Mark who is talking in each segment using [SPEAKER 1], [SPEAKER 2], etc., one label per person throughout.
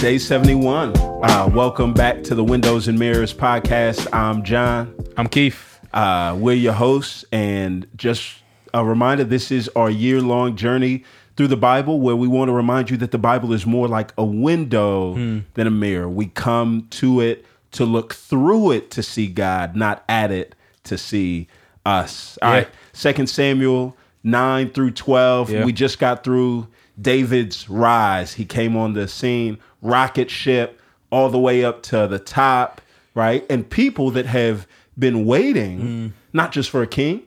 [SPEAKER 1] day 71. Uh, welcome back to the Windows and Mirrors podcast. I'm John.
[SPEAKER 2] I'm Keith.
[SPEAKER 1] Uh, we're your hosts. And just a reminder this is our year long journey through the Bible where we want to remind you that the Bible is more like a window than a mirror. We come to it to look through it to see God, not at it to see us. All
[SPEAKER 2] Yeah.
[SPEAKER 1] right. Second Samuel 9 through 12.
[SPEAKER 2] Yeah.
[SPEAKER 1] We just got through David's rise. He came on the scene, rocket ship, all the way up to the top, right? And people that have been waiting,
[SPEAKER 2] Mm.
[SPEAKER 1] not just for a king,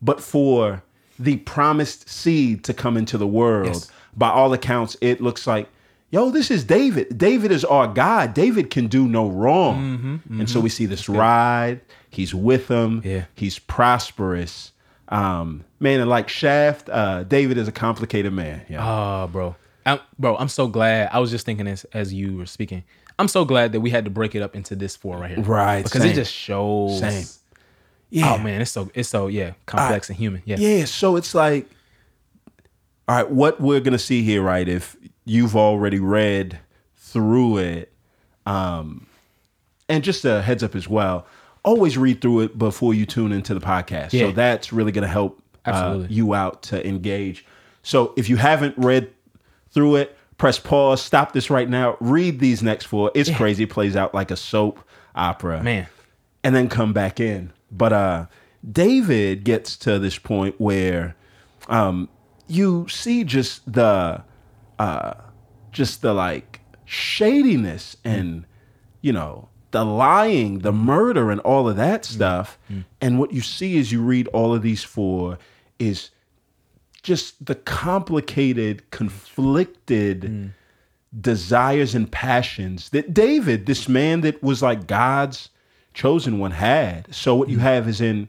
[SPEAKER 1] but for the promised seed to come into the world.
[SPEAKER 2] Yes.
[SPEAKER 1] By all accounts, it looks like, yo, this is David. David is our God. David can do no wrong.
[SPEAKER 2] Mm-hmm,
[SPEAKER 1] And so we see this ride. He's with him.
[SPEAKER 2] Yeah.
[SPEAKER 1] He's prosperous. Um, man, and like Shaft, uh, David is a complicated man. Yeah.
[SPEAKER 2] Ah, bro. I'm, bro, I'm so glad. I was just thinking as as you were speaking. I'm so glad that we had to break it up into this four right here.
[SPEAKER 1] Right,
[SPEAKER 2] Because
[SPEAKER 1] same.
[SPEAKER 2] it just shows.
[SPEAKER 1] Same.
[SPEAKER 2] Oh man, it's so it's so yeah, complex and human. Yeah.
[SPEAKER 1] Yeah, so it's like, all right, what we're gonna see here, right? If you've already read through it, um, and just a heads up as well, always read through it before you tune into the podcast. So
[SPEAKER 2] Yeah.
[SPEAKER 1] that's really gonna help uh,
[SPEAKER 2] Absolutely.
[SPEAKER 1] you out to engage. So if you haven't read through it, press pause, stop this right now, read these next four. It's crazy. It plays out like a soap opera
[SPEAKER 2] Man.
[SPEAKER 1] and then come back in. But uh, David gets to this point where um, you see just the uh, just the like shadiness and you know the lying, the murder, and all of that stuff. And what you see as you read all of these four is just the complicated, conflicted desires and passions that David, this man that was like God's chosen one, had. So, what you have is in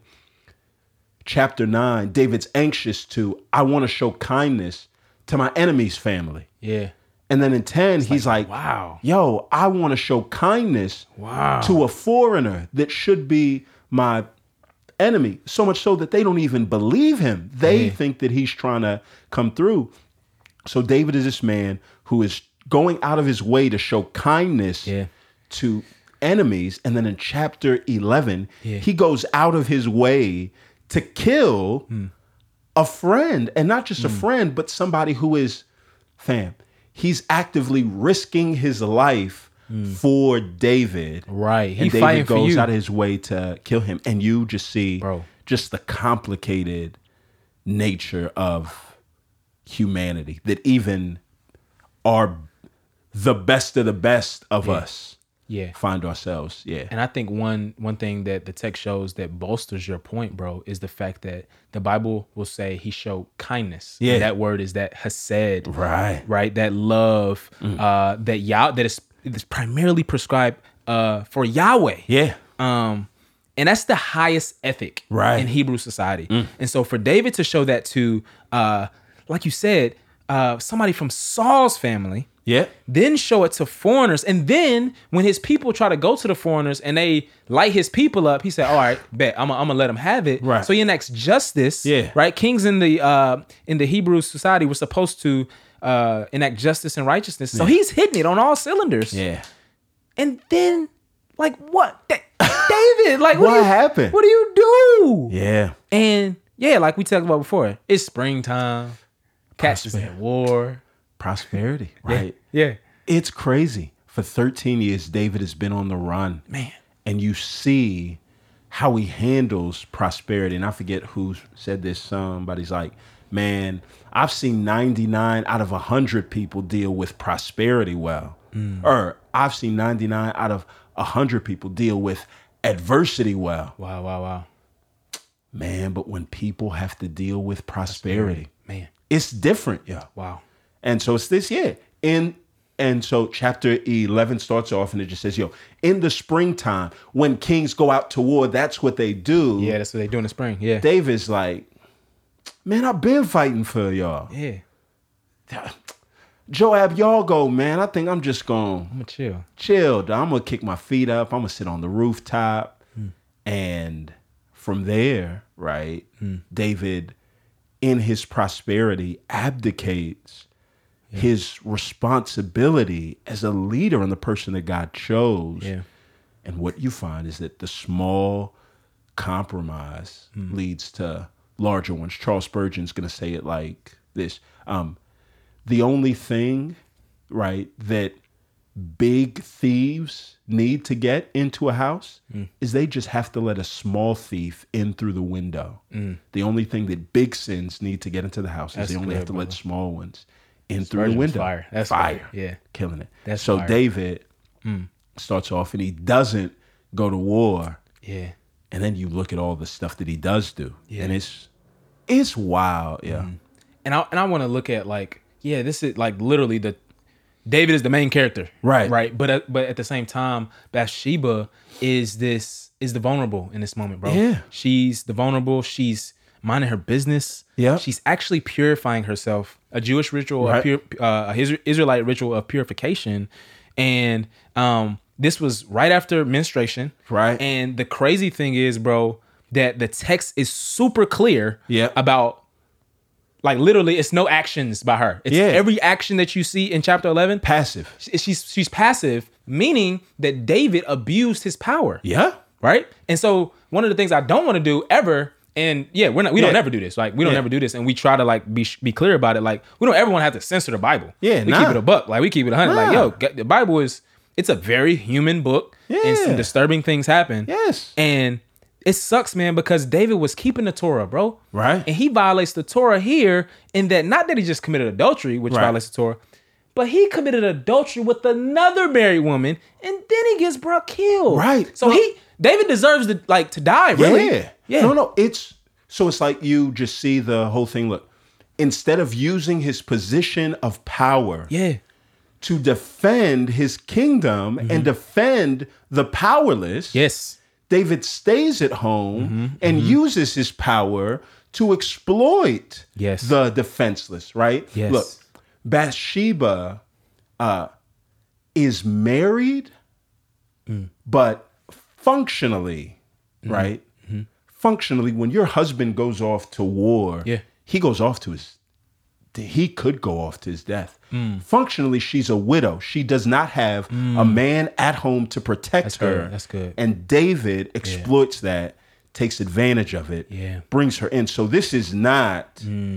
[SPEAKER 1] chapter nine, David's anxious to, I want to show kindness to my enemy's family.
[SPEAKER 2] Yeah.
[SPEAKER 1] And then in 10, he's like,
[SPEAKER 2] Wow.
[SPEAKER 1] yo, I want to show kindness
[SPEAKER 2] Wow.
[SPEAKER 1] to a foreigner that should be my enemy. So much so that they don't even believe him. They think that he's trying to come through. So David is this man who is going out of his way to show kindness
[SPEAKER 2] Yeah.
[SPEAKER 1] to enemies. And then in chapter 11,
[SPEAKER 2] Yeah.
[SPEAKER 1] he goes out of his way to kill
[SPEAKER 2] Hmm.
[SPEAKER 1] a friend and not just a
[SPEAKER 2] Mm.
[SPEAKER 1] friend, but somebody who is, fam, he's actively risking his life for David.
[SPEAKER 2] Mm. Right. He
[SPEAKER 1] and
[SPEAKER 2] fighting
[SPEAKER 1] David
[SPEAKER 2] for
[SPEAKER 1] goes
[SPEAKER 2] you.
[SPEAKER 1] out of his way to kill him. And you just see
[SPEAKER 2] Bro.
[SPEAKER 1] just the complicated nature of humanity that even are the best of the best of us
[SPEAKER 2] yeah.
[SPEAKER 1] find ourselves. Yeah.
[SPEAKER 2] And I think one one thing that the text shows that bolsters your point, bro, is the fact that the Bible will say he showed kindness.
[SPEAKER 1] Yeah.
[SPEAKER 2] that word is that hased.
[SPEAKER 1] Right.
[SPEAKER 2] Right. That love
[SPEAKER 1] Mm.
[SPEAKER 2] uh that Yah that is is primarily prescribed uh for Yahweh.
[SPEAKER 1] Yeah.
[SPEAKER 2] Um, and that's the highest ethic
[SPEAKER 1] Right. Mm.
[SPEAKER 2] in Hebrew society. And so for David to show that to, uh, like you said, uh, somebody from Saul's family,
[SPEAKER 1] Yeah.
[SPEAKER 2] then show it to foreigners. And then when his people try to go to the foreigners and they light his people up, he said, all right, bet I'm gonna let him have it.
[SPEAKER 1] Right.
[SPEAKER 2] So he enacts justice.
[SPEAKER 1] Yeah.
[SPEAKER 2] Right. Kings in the, uh, in the Hebrew society were supposed to, uh, enact justice and righteousness. So he's hitting it on all cylinders.
[SPEAKER 1] Yeah.
[SPEAKER 2] And then, like, what? Da- David, like,
[SPEAKER 1] What
[SPEAKER 2] do you-
[SPEAKER 1] happened?
[SPEAKER 2] What do you do?
[SPEAKER 1] Yeah.
[SPEAKER 2] And yeah, like we talked about before, it's springtime. Cats is at war.
[SPEAKER 1] Prosperity. Right.
[SPEAKER 2] Yeah.
[SPEAKER 1] It's crazy. For 13 years, David has been on the run.
[SPEAKER 2] Man.
[SPEAKER 1] And you see how he handles prosperity. And I forget who said this. Somebody's like, man, I've seen 99 out of 100 people deal with prosperity well.
[SPEAKER 2] Hmm.
[SPEAKER 1] Or I've seen 99 out of 100 people deal with adversity well.
[SPEAKER 2] Wow, wow, wow.
[SPEAKER 1] Man, but when people have to deal with prosperity,
[SPEAKER 2] Man.
[SPEAKER 1] it's different. Yeah.
[SPEAKER 2] Wow.
[SPEAKER 1] And so it's this year. In and so chapter eleven starts off and it just says, yo, in the springtime, when kings go out to war, that's what they do.
[SPEAKER 2] Yeah, that's what they do in the spring. Yeah.
[SPEAKER 1] David's like, Man, I've been fighting for y'all.
[SPEAKER 2] yeah.
[SPEAKER 1] Joab, y'all go, man. I think I'm just gonna
[SPEAKER 2] I'm gonna chill.
[SPEAKER 1] chilled. I'm gonna kick my feet up. I'm gonna sit on the rooftop, and from there, right? David, in his prosperity, abdicates his responsibility as a leader and the person that God chose.
[SPEAKER 2] Yeah.
[SPEAKER 1] And what you find is that the small compromise
[SPEAKER 2] Hmm.
[SPEAKER 1] leads to larger ones. Charles Spurgeon's going to say it like this um, The only thing, right, that big thieves need to get into a house
[SPEAKER 2] Hmm.
[SPEAKER 1] is they just have to let a small thief in through the window.
[SPEAKER 2] Hmm.
[SPEAKER 1] The only thing that big sins need to get into the house is they only
[SPEAKER 2] good,
[SPEAKER 1] have to let small ones in through the
[SPEAKER 2] Spurgeon's
[SPEAKER 1] window.
[SPEAKER 2] fire. That's
[SPEAKER 1] fire.
[SPEAKER 2] good. Yeah.
[SPEAKER 1] Killing it.
[SPEAKER 2] That's
[SPEAKER 1] so
[SPEAKER 2] fire. Mm.
[SPEAKER 1] David starts off and he doesn't go to war.
[SPEAKER 2] Yeah.
[SPEAKER 1] And then you look at all the stuff that he does do.
[SPEAKER 2] Yeah. Mm.
[SPEAKER 1] And it's it's wild. Yeah.
[SPEAKER 2] and I and I want to look at like yeah, this is like literally the David is the main character,
[SPEAKER 1] Right.
[SPEAKER 2] Right, but at, but at the same time, Bathsheba is this is the vulnerable in this moment, bro.
[SPEAKER 1] Yeah.
[SPEAKER 2] she's the vulnerable. She's minding her business.
[SPEAKER 1] Yeah.
[SPEAKER 2] she's actually purifying herself. A Jewish ritual, a,
[SPEAKER 1] Right.
[SPEAKER 2] pure, uh, a Isra- Israelite ritual of purification, and um, this was right after menstruation,
[SPEAKER 1] Right.
[SPEAKER 2] And the crazy thing is, bro, that the text is super clear,
[SPEAKER 1] Yeah.
[SPEAKER 2] about like literally, it's no actions by her. It's
[SPEAKER 1] Yeah.
[SPEAKER 2] every action that you see in chapter eleven.
[SPEAKER 1] Passive.
[SPEAKER 2] she- She's she's passive, meaning that David abused his power,
[SPEAKER 1] Yeah.
[SPEAKER 2] right? And so one of the things I don't want to do ever, and yeah, we're not we don't
[SPEAKER 1] Yeah.
[SPEAKER 2] ever do this. Like we don't
[SPEAKER 1] Yeah.
[SPEAKER 2] ever do this, and we try to like be be clear about it. Like we don't ever want to have to censor the Bible.
[SPEAKER 1] Yeah,
[SPEAKER 2] we
[SPEAKER 1] nah.
[SPEAKER 2] keep it a buck. Like we keep it a hundred. Like
[SPEAKER 1] Nah.
[SPEAKER 2] yo, get- the Bible is it's a very human book, and some
[SPEAKER 1] Yeah.
[SPEAKER 2] disturbing things happen.
[SPEAKER 1] Yes.
[SPEAKER 2] And it sucks, man, because David was keeping the Torah, bro.
[SPEAKER 1] Right.
[SPEAKER 2] And he violates the Torah here in that not that he just committed adultery, which
[SPEAKER 1] Right.
[SPEAKER 2] violates the Torah, but he committed adultery with another married woman, and then he gets bro killed.
[SPEAKER 1] Right.
[SPEAKER 2] So he David deserves to like to die, really.
[SPEAKER 1] Yeah.
[SPEAKER 2] Yeah.
[SPEAKER 1] No, no. It's so it's like you just see the whole thing. Look, instead of using his position of power
[SPEAKER 2] Yeah.
[SPEAKER 1] to defend his kingdom
[SPEAKER 2] Mm-hmm.
[SPEAKER 1] and defend the powerless,
[SPEAKER 2] Yes.
[SPEAKER 1] David stays at home
[SPEAKER 2] Mm-hmm,
[SPEAKER 1] and uses his power to exploit
[SPEAKER 2] Yes.
[SPEAKER 1] the defenseless, right?
[SPEAKER 2] Yes.
[SPEAKER 1] Look, Bathsheba uh, is married,
[SPEAKER 2] Mm.
[SPEAKER 1] but functionally,
[SPEAKER 2] Mm-hmm,
[SPEAKER 1] right? Functionally, when your husband goes off to war,
[SPEAKER 2] Yeah.
[SPEAKER 1] he goes off to his he could go off to his death.
[SPEAKER 2] Mm.
[SPEAKER 1] Functionally, she's a widow. She does not have a man at home to protect her.
[SPEAKER 2] good. Mm. That's good.
[SPEAKER 1] And David exploits that, takes advantage of it,
[SPEAKER 2] Yeah. Mm.
[SPEAKER 1] brings her in. So this is not him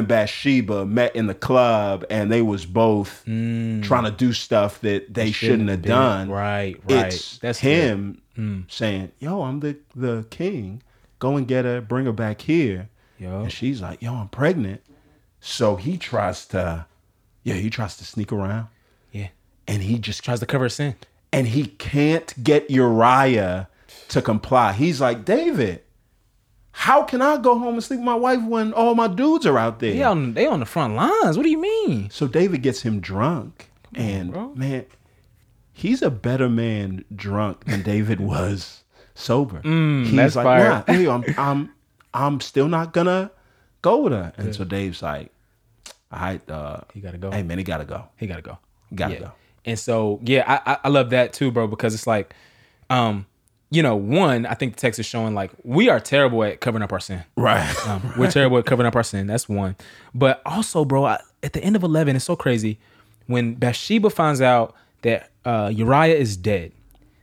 [SPEAKER 1] and Bathsheba met in the club and they was both
[SPEAKER 2] Mm.
[SPEAKER 1] trying to do stuff that they shouldn't, have
[SPEAKER 2] been.
[SPEAKER 1] done.
[SPEAKER 2] Right, right.
[SPEAKER 1] It's
[SPEAKER 2] That's Mm.
[SPEAKER 1] him saying, "Yo, I'm the the king. Go and get her, bring her back here."
[SPEAKER 2] Yo.
[SPEAKER 1] And she's like, "Yo, I'm pregnant." So he tries to, yeah, he tries to sneak around,
[SPEAKER 2] Yeah.
[SPEAKER 1] and he just
[SPEAKER 2] Tries to cover his sin.
[SPEAKER 1] and he can't get Uriah to comply. He's like, David, how can I go home and sleep with my wife when all my dudes are out there?
[SPEAKER 2] They on they on the front lines. What do you mean?
[SPEAKER 1] So David gets him drunk, and
[SPEAKER 2] bro.
[SPEAKER 1] man, he's a better man drunk than David was sober. he's
[SPEAKER 2] Mm, that's
[SPEAKER 1] like,
[SPEAKER 2] fire.
[SPEAKER 1] nah, hey, I'm, I'm, I'm still not gonna go with her. And so Dave's like, all right, uh,
[SPEAKER 2] He gotta go.
[SPEAKER 1] hey man, he gotta go.
[SPEAKER 2] He gotta go.
[SPEAKER 1] Gotta
[SPEAKER 2] yeah.
[SPEAKER 1] go.
[SPEAKER 2] And so yeah, I, I I love that too, bro, because it's like, um, you know, one, I think the text is showing like we are terrible at covering up our sin.
[SPEAKER 1] Right.
[SPEAKER 2] Um, We're terrible at covering up our sin. That's one. But also, bro, I, at the end of eleven, it's so crazy when Bathsheba finds out that uh, Uriah is dead.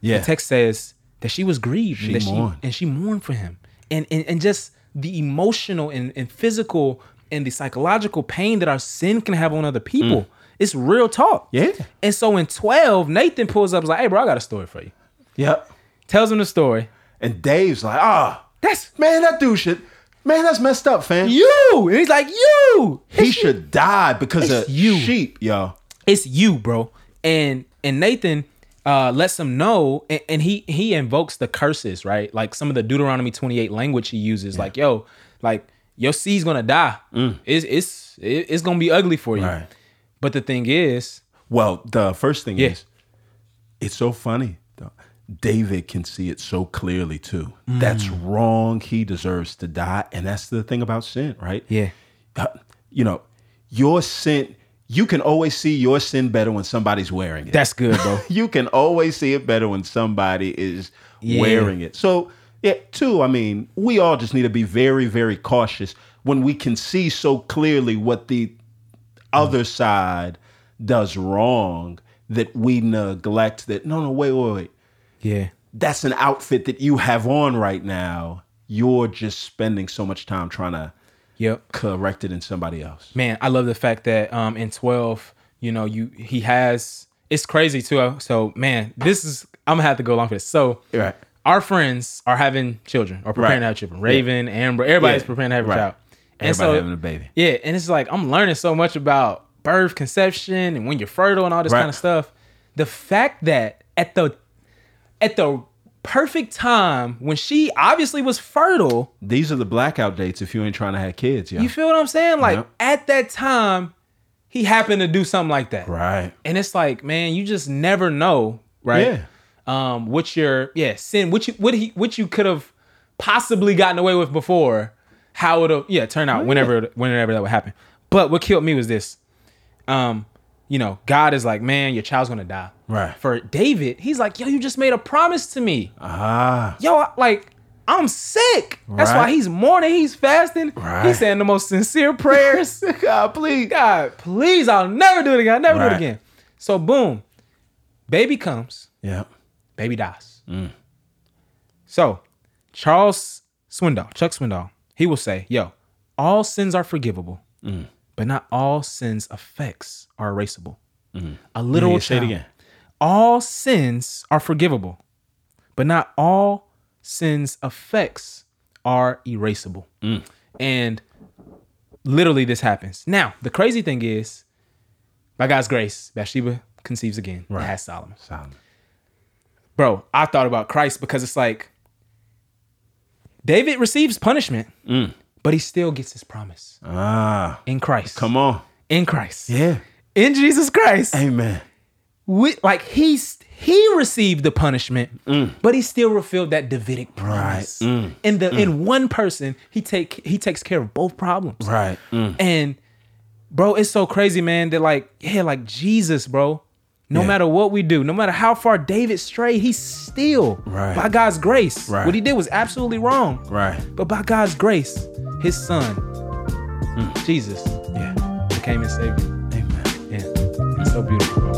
[SPEAKER 1] yeah.
[SPEAKER 2] The text says that she was grieved and, that
[SPEAKER 1] mourned.
[SPEAKER 2] She, and she mourned for him. And, and and just the emotional and, and physical and the psychological pain that our sin can have on other people. It's real talk.
[SPEAKER 1] Mm. Yeah.
[SPEAKER 2] And so in 12, Nathan pulls up and is like, hey, bro, I got a story for you.
[SPEAKER 1] Yep.
[SPEAKER 2] Tells him the story.
[SPEAKER 1] And Dave's like, ah,
[SPEAKER 2] That's
[SPEAKER 1] man, that dude should, man, that's messed up, fam.
[SPEAKER 2] you. And he's like, you.
[SPEAKER 1] he should die because
[SPEAKER 2] It's
[SPEAKER 1] of
[SPEAKER 2] you.
[SPEAKER 1] sheep, yo.
[SPEAKER 2] it's you, bro. And and Nathan uh lets him know and, and he he invokes the curses, right? Like some of the Deuteronomy 28 language he uses, like, yo, like your seed's gonna die. It's it's it- it's gonna be ugly for you.
[SPEAKER 1] Mm. Right.
[SPEAKER 2] But the thing is,
[SPEAKER 1] Well, the first thing
[SPEAKER 2] Yeah.
[SPEAKER 1] is, it's so funny. though. David can see it so clearly too.
[SPEAKER 2] Mm.
[SPEAKER 1] That's wrong. He deserves to die, and that's the thing about sin, right?
[SPEAKER 2] Yeah.
[SPEAKER 1] Uh, you know, your sin. You can always see your sin better when somebody's wearing it.
[SPEAKER 2] that's good, bro.
[SPEAKER 1] you can always see it better when somebody is
[SPEAKER 2] Yeah.
[SPEAKER 1] wearing it. So, yeah, two, I mean, we all just need to be very, very cautious when we can see so clearly what the other side does wrong that we neglect that no no wait wait wait
[SPEAKER 2] Yeah.
[SPEAKER 1] that's an outfit that you have on right now you're just spending so much time trying to
[SPEAKER 2] Yep.
[SPEAKER 1] correct it in somebody else
[SPEAKER 2] man, I love the fact that um in 12, you know, you he has it's crazy too. So man, this is I'm gonna have to go along for this. So
[SPEAKER 1] Right.
[SPEAKER 2] our friends are having children or preparing
[SPEAKER 1] Right.
[SPEAKER 2] to have children. Raven, Amber, everybody's
[SPEAKER 1] Yeah.
[SPEAKER 2] preparing to have
[SPEAKER 1] Right.
[SPEAKER 2] a child. And
[SPEAKER 1] Everybody
[SPEAKER 2] so
[SPEAKER 1] having a baby.
[SPEAKER 2] Yeah, and it's like I'm learning so much about birth, conception, and when you're fertile and all this
[SPEAKER 1] Right.
[SPEAKER 2] kind of stuff. The fact that at the at the perfect time when she obviously was fertile,
[SPEAKER 1] these are the blackout dates if you ain't trying to have kids yeah
[SPEAKER 2] you feel what I'm saying? Like
[SPEAKER 1] Yep.
[SPEAKER 2] at that time, he happened to do something like that.
[SPEAKER 1] right
[SPEAKER 2] And it's like, man, you just never know, right?
[SPEAKER 1] Yeah.
[SPEAKER 2] Um, what your yeah, sin, what you what he what you could have possibly gotten away with before, how it'll yeah, turn out whenever whenever that would happen. But what killed me was this. Um, you know, God is like, man, your child's gonna die.
[SPEAKER 1] Right.
[SPEAKER 2] For David, he's like, yo, you just made a promise to me
[SPEAKER 1] ah
[SPEAKER 2] yo, I- like I'm sick. That's
[SPEAKER 1] Right.
[SPEAKER 2] why he's mourning. He's fasting.
[SPEAKER 1] Right.
[SPEAKER 2] He's saying the most sincere prayers.
[SPEAKER 1] god please
[SPEAKER 2] God, please, I'll never do it again. I'll never do
[SPEAKER 1] Right.
[SPEAKER 2] it again. So boom, baby comes,
[SPEAKER 1] yeah
[SPEAKER 2] baby dies.
[SPEAKER 1] Mm.
[SPEAKER 2] So Charles Swindoll, Chuck Swindoll, he will say, yo, all sins are forgivable,
[SPEAKER 1] Mm.
[SPEAKER 2] but not all sins' effects are erasable. A literal
[SPEAKER 1] Mm. Yeah, say it
[SPEAKER 2] child.
[SPEAKER 1] again.
[SPEAKER 2] All sins are forgivable, but not all sins' effects are erasable.
[SPEAKER 1] Mm.
[SPEAKER 2] And literally, this happens. Now, the crazy thing is, by God's grace, Bathsheba conceives again. and Has Solomon
[SPEAKER 1] Solomon.
[SPEAKER 2] bro, I thought about Christ because it's like David receives punishment,
[SPEAKER 1] Mm.
[SPEAKER 2] but he still gets his promise
[SPEAKER 1] ah
[SPEAKER 2] in Christ.
[SPEAKER 1] come on
[SPEAKER 2] in Christ.
[SPEAKER 1] yeah
[SPEAKER 2] In Jesus Christ.
[SPEAKER 1] amen
[SPEAKER 2] We, like he's he received the punishment,
[SPEAKER 1] Mm.
[SPEAKER 2] but he still fulfilled that Davidic promise. In the
[SPEAKER 1] Mm.
[SPEAKER 2] in one person, he take he takes care of both problems.
[SPEAKER 1] right Mm.
[SPEAKER 2] And bro, it's so crazy, man, that like, yeah, like Jesus, bro. No
[SPEAKER 1] Yeah.
[SPEAKER 2] matter what we do, no matter how far David strayed, he's still
[SPEAKER 1] Right.
[SPEAKER 2] by God's grace.
[SPEAKER 1] Right.
[SPEAKER 2] What he did was absolutely wrong.
[SPEAKER 1] right
[SPEAKER 2] But by God's grace, his son, Jesus,
[SPEAKER 1] yeah
[SPEAKER 2] became his savior.
[SPEAKER 1] amen
[SPEAKER 2] Yeah. It's so beautiful, bro.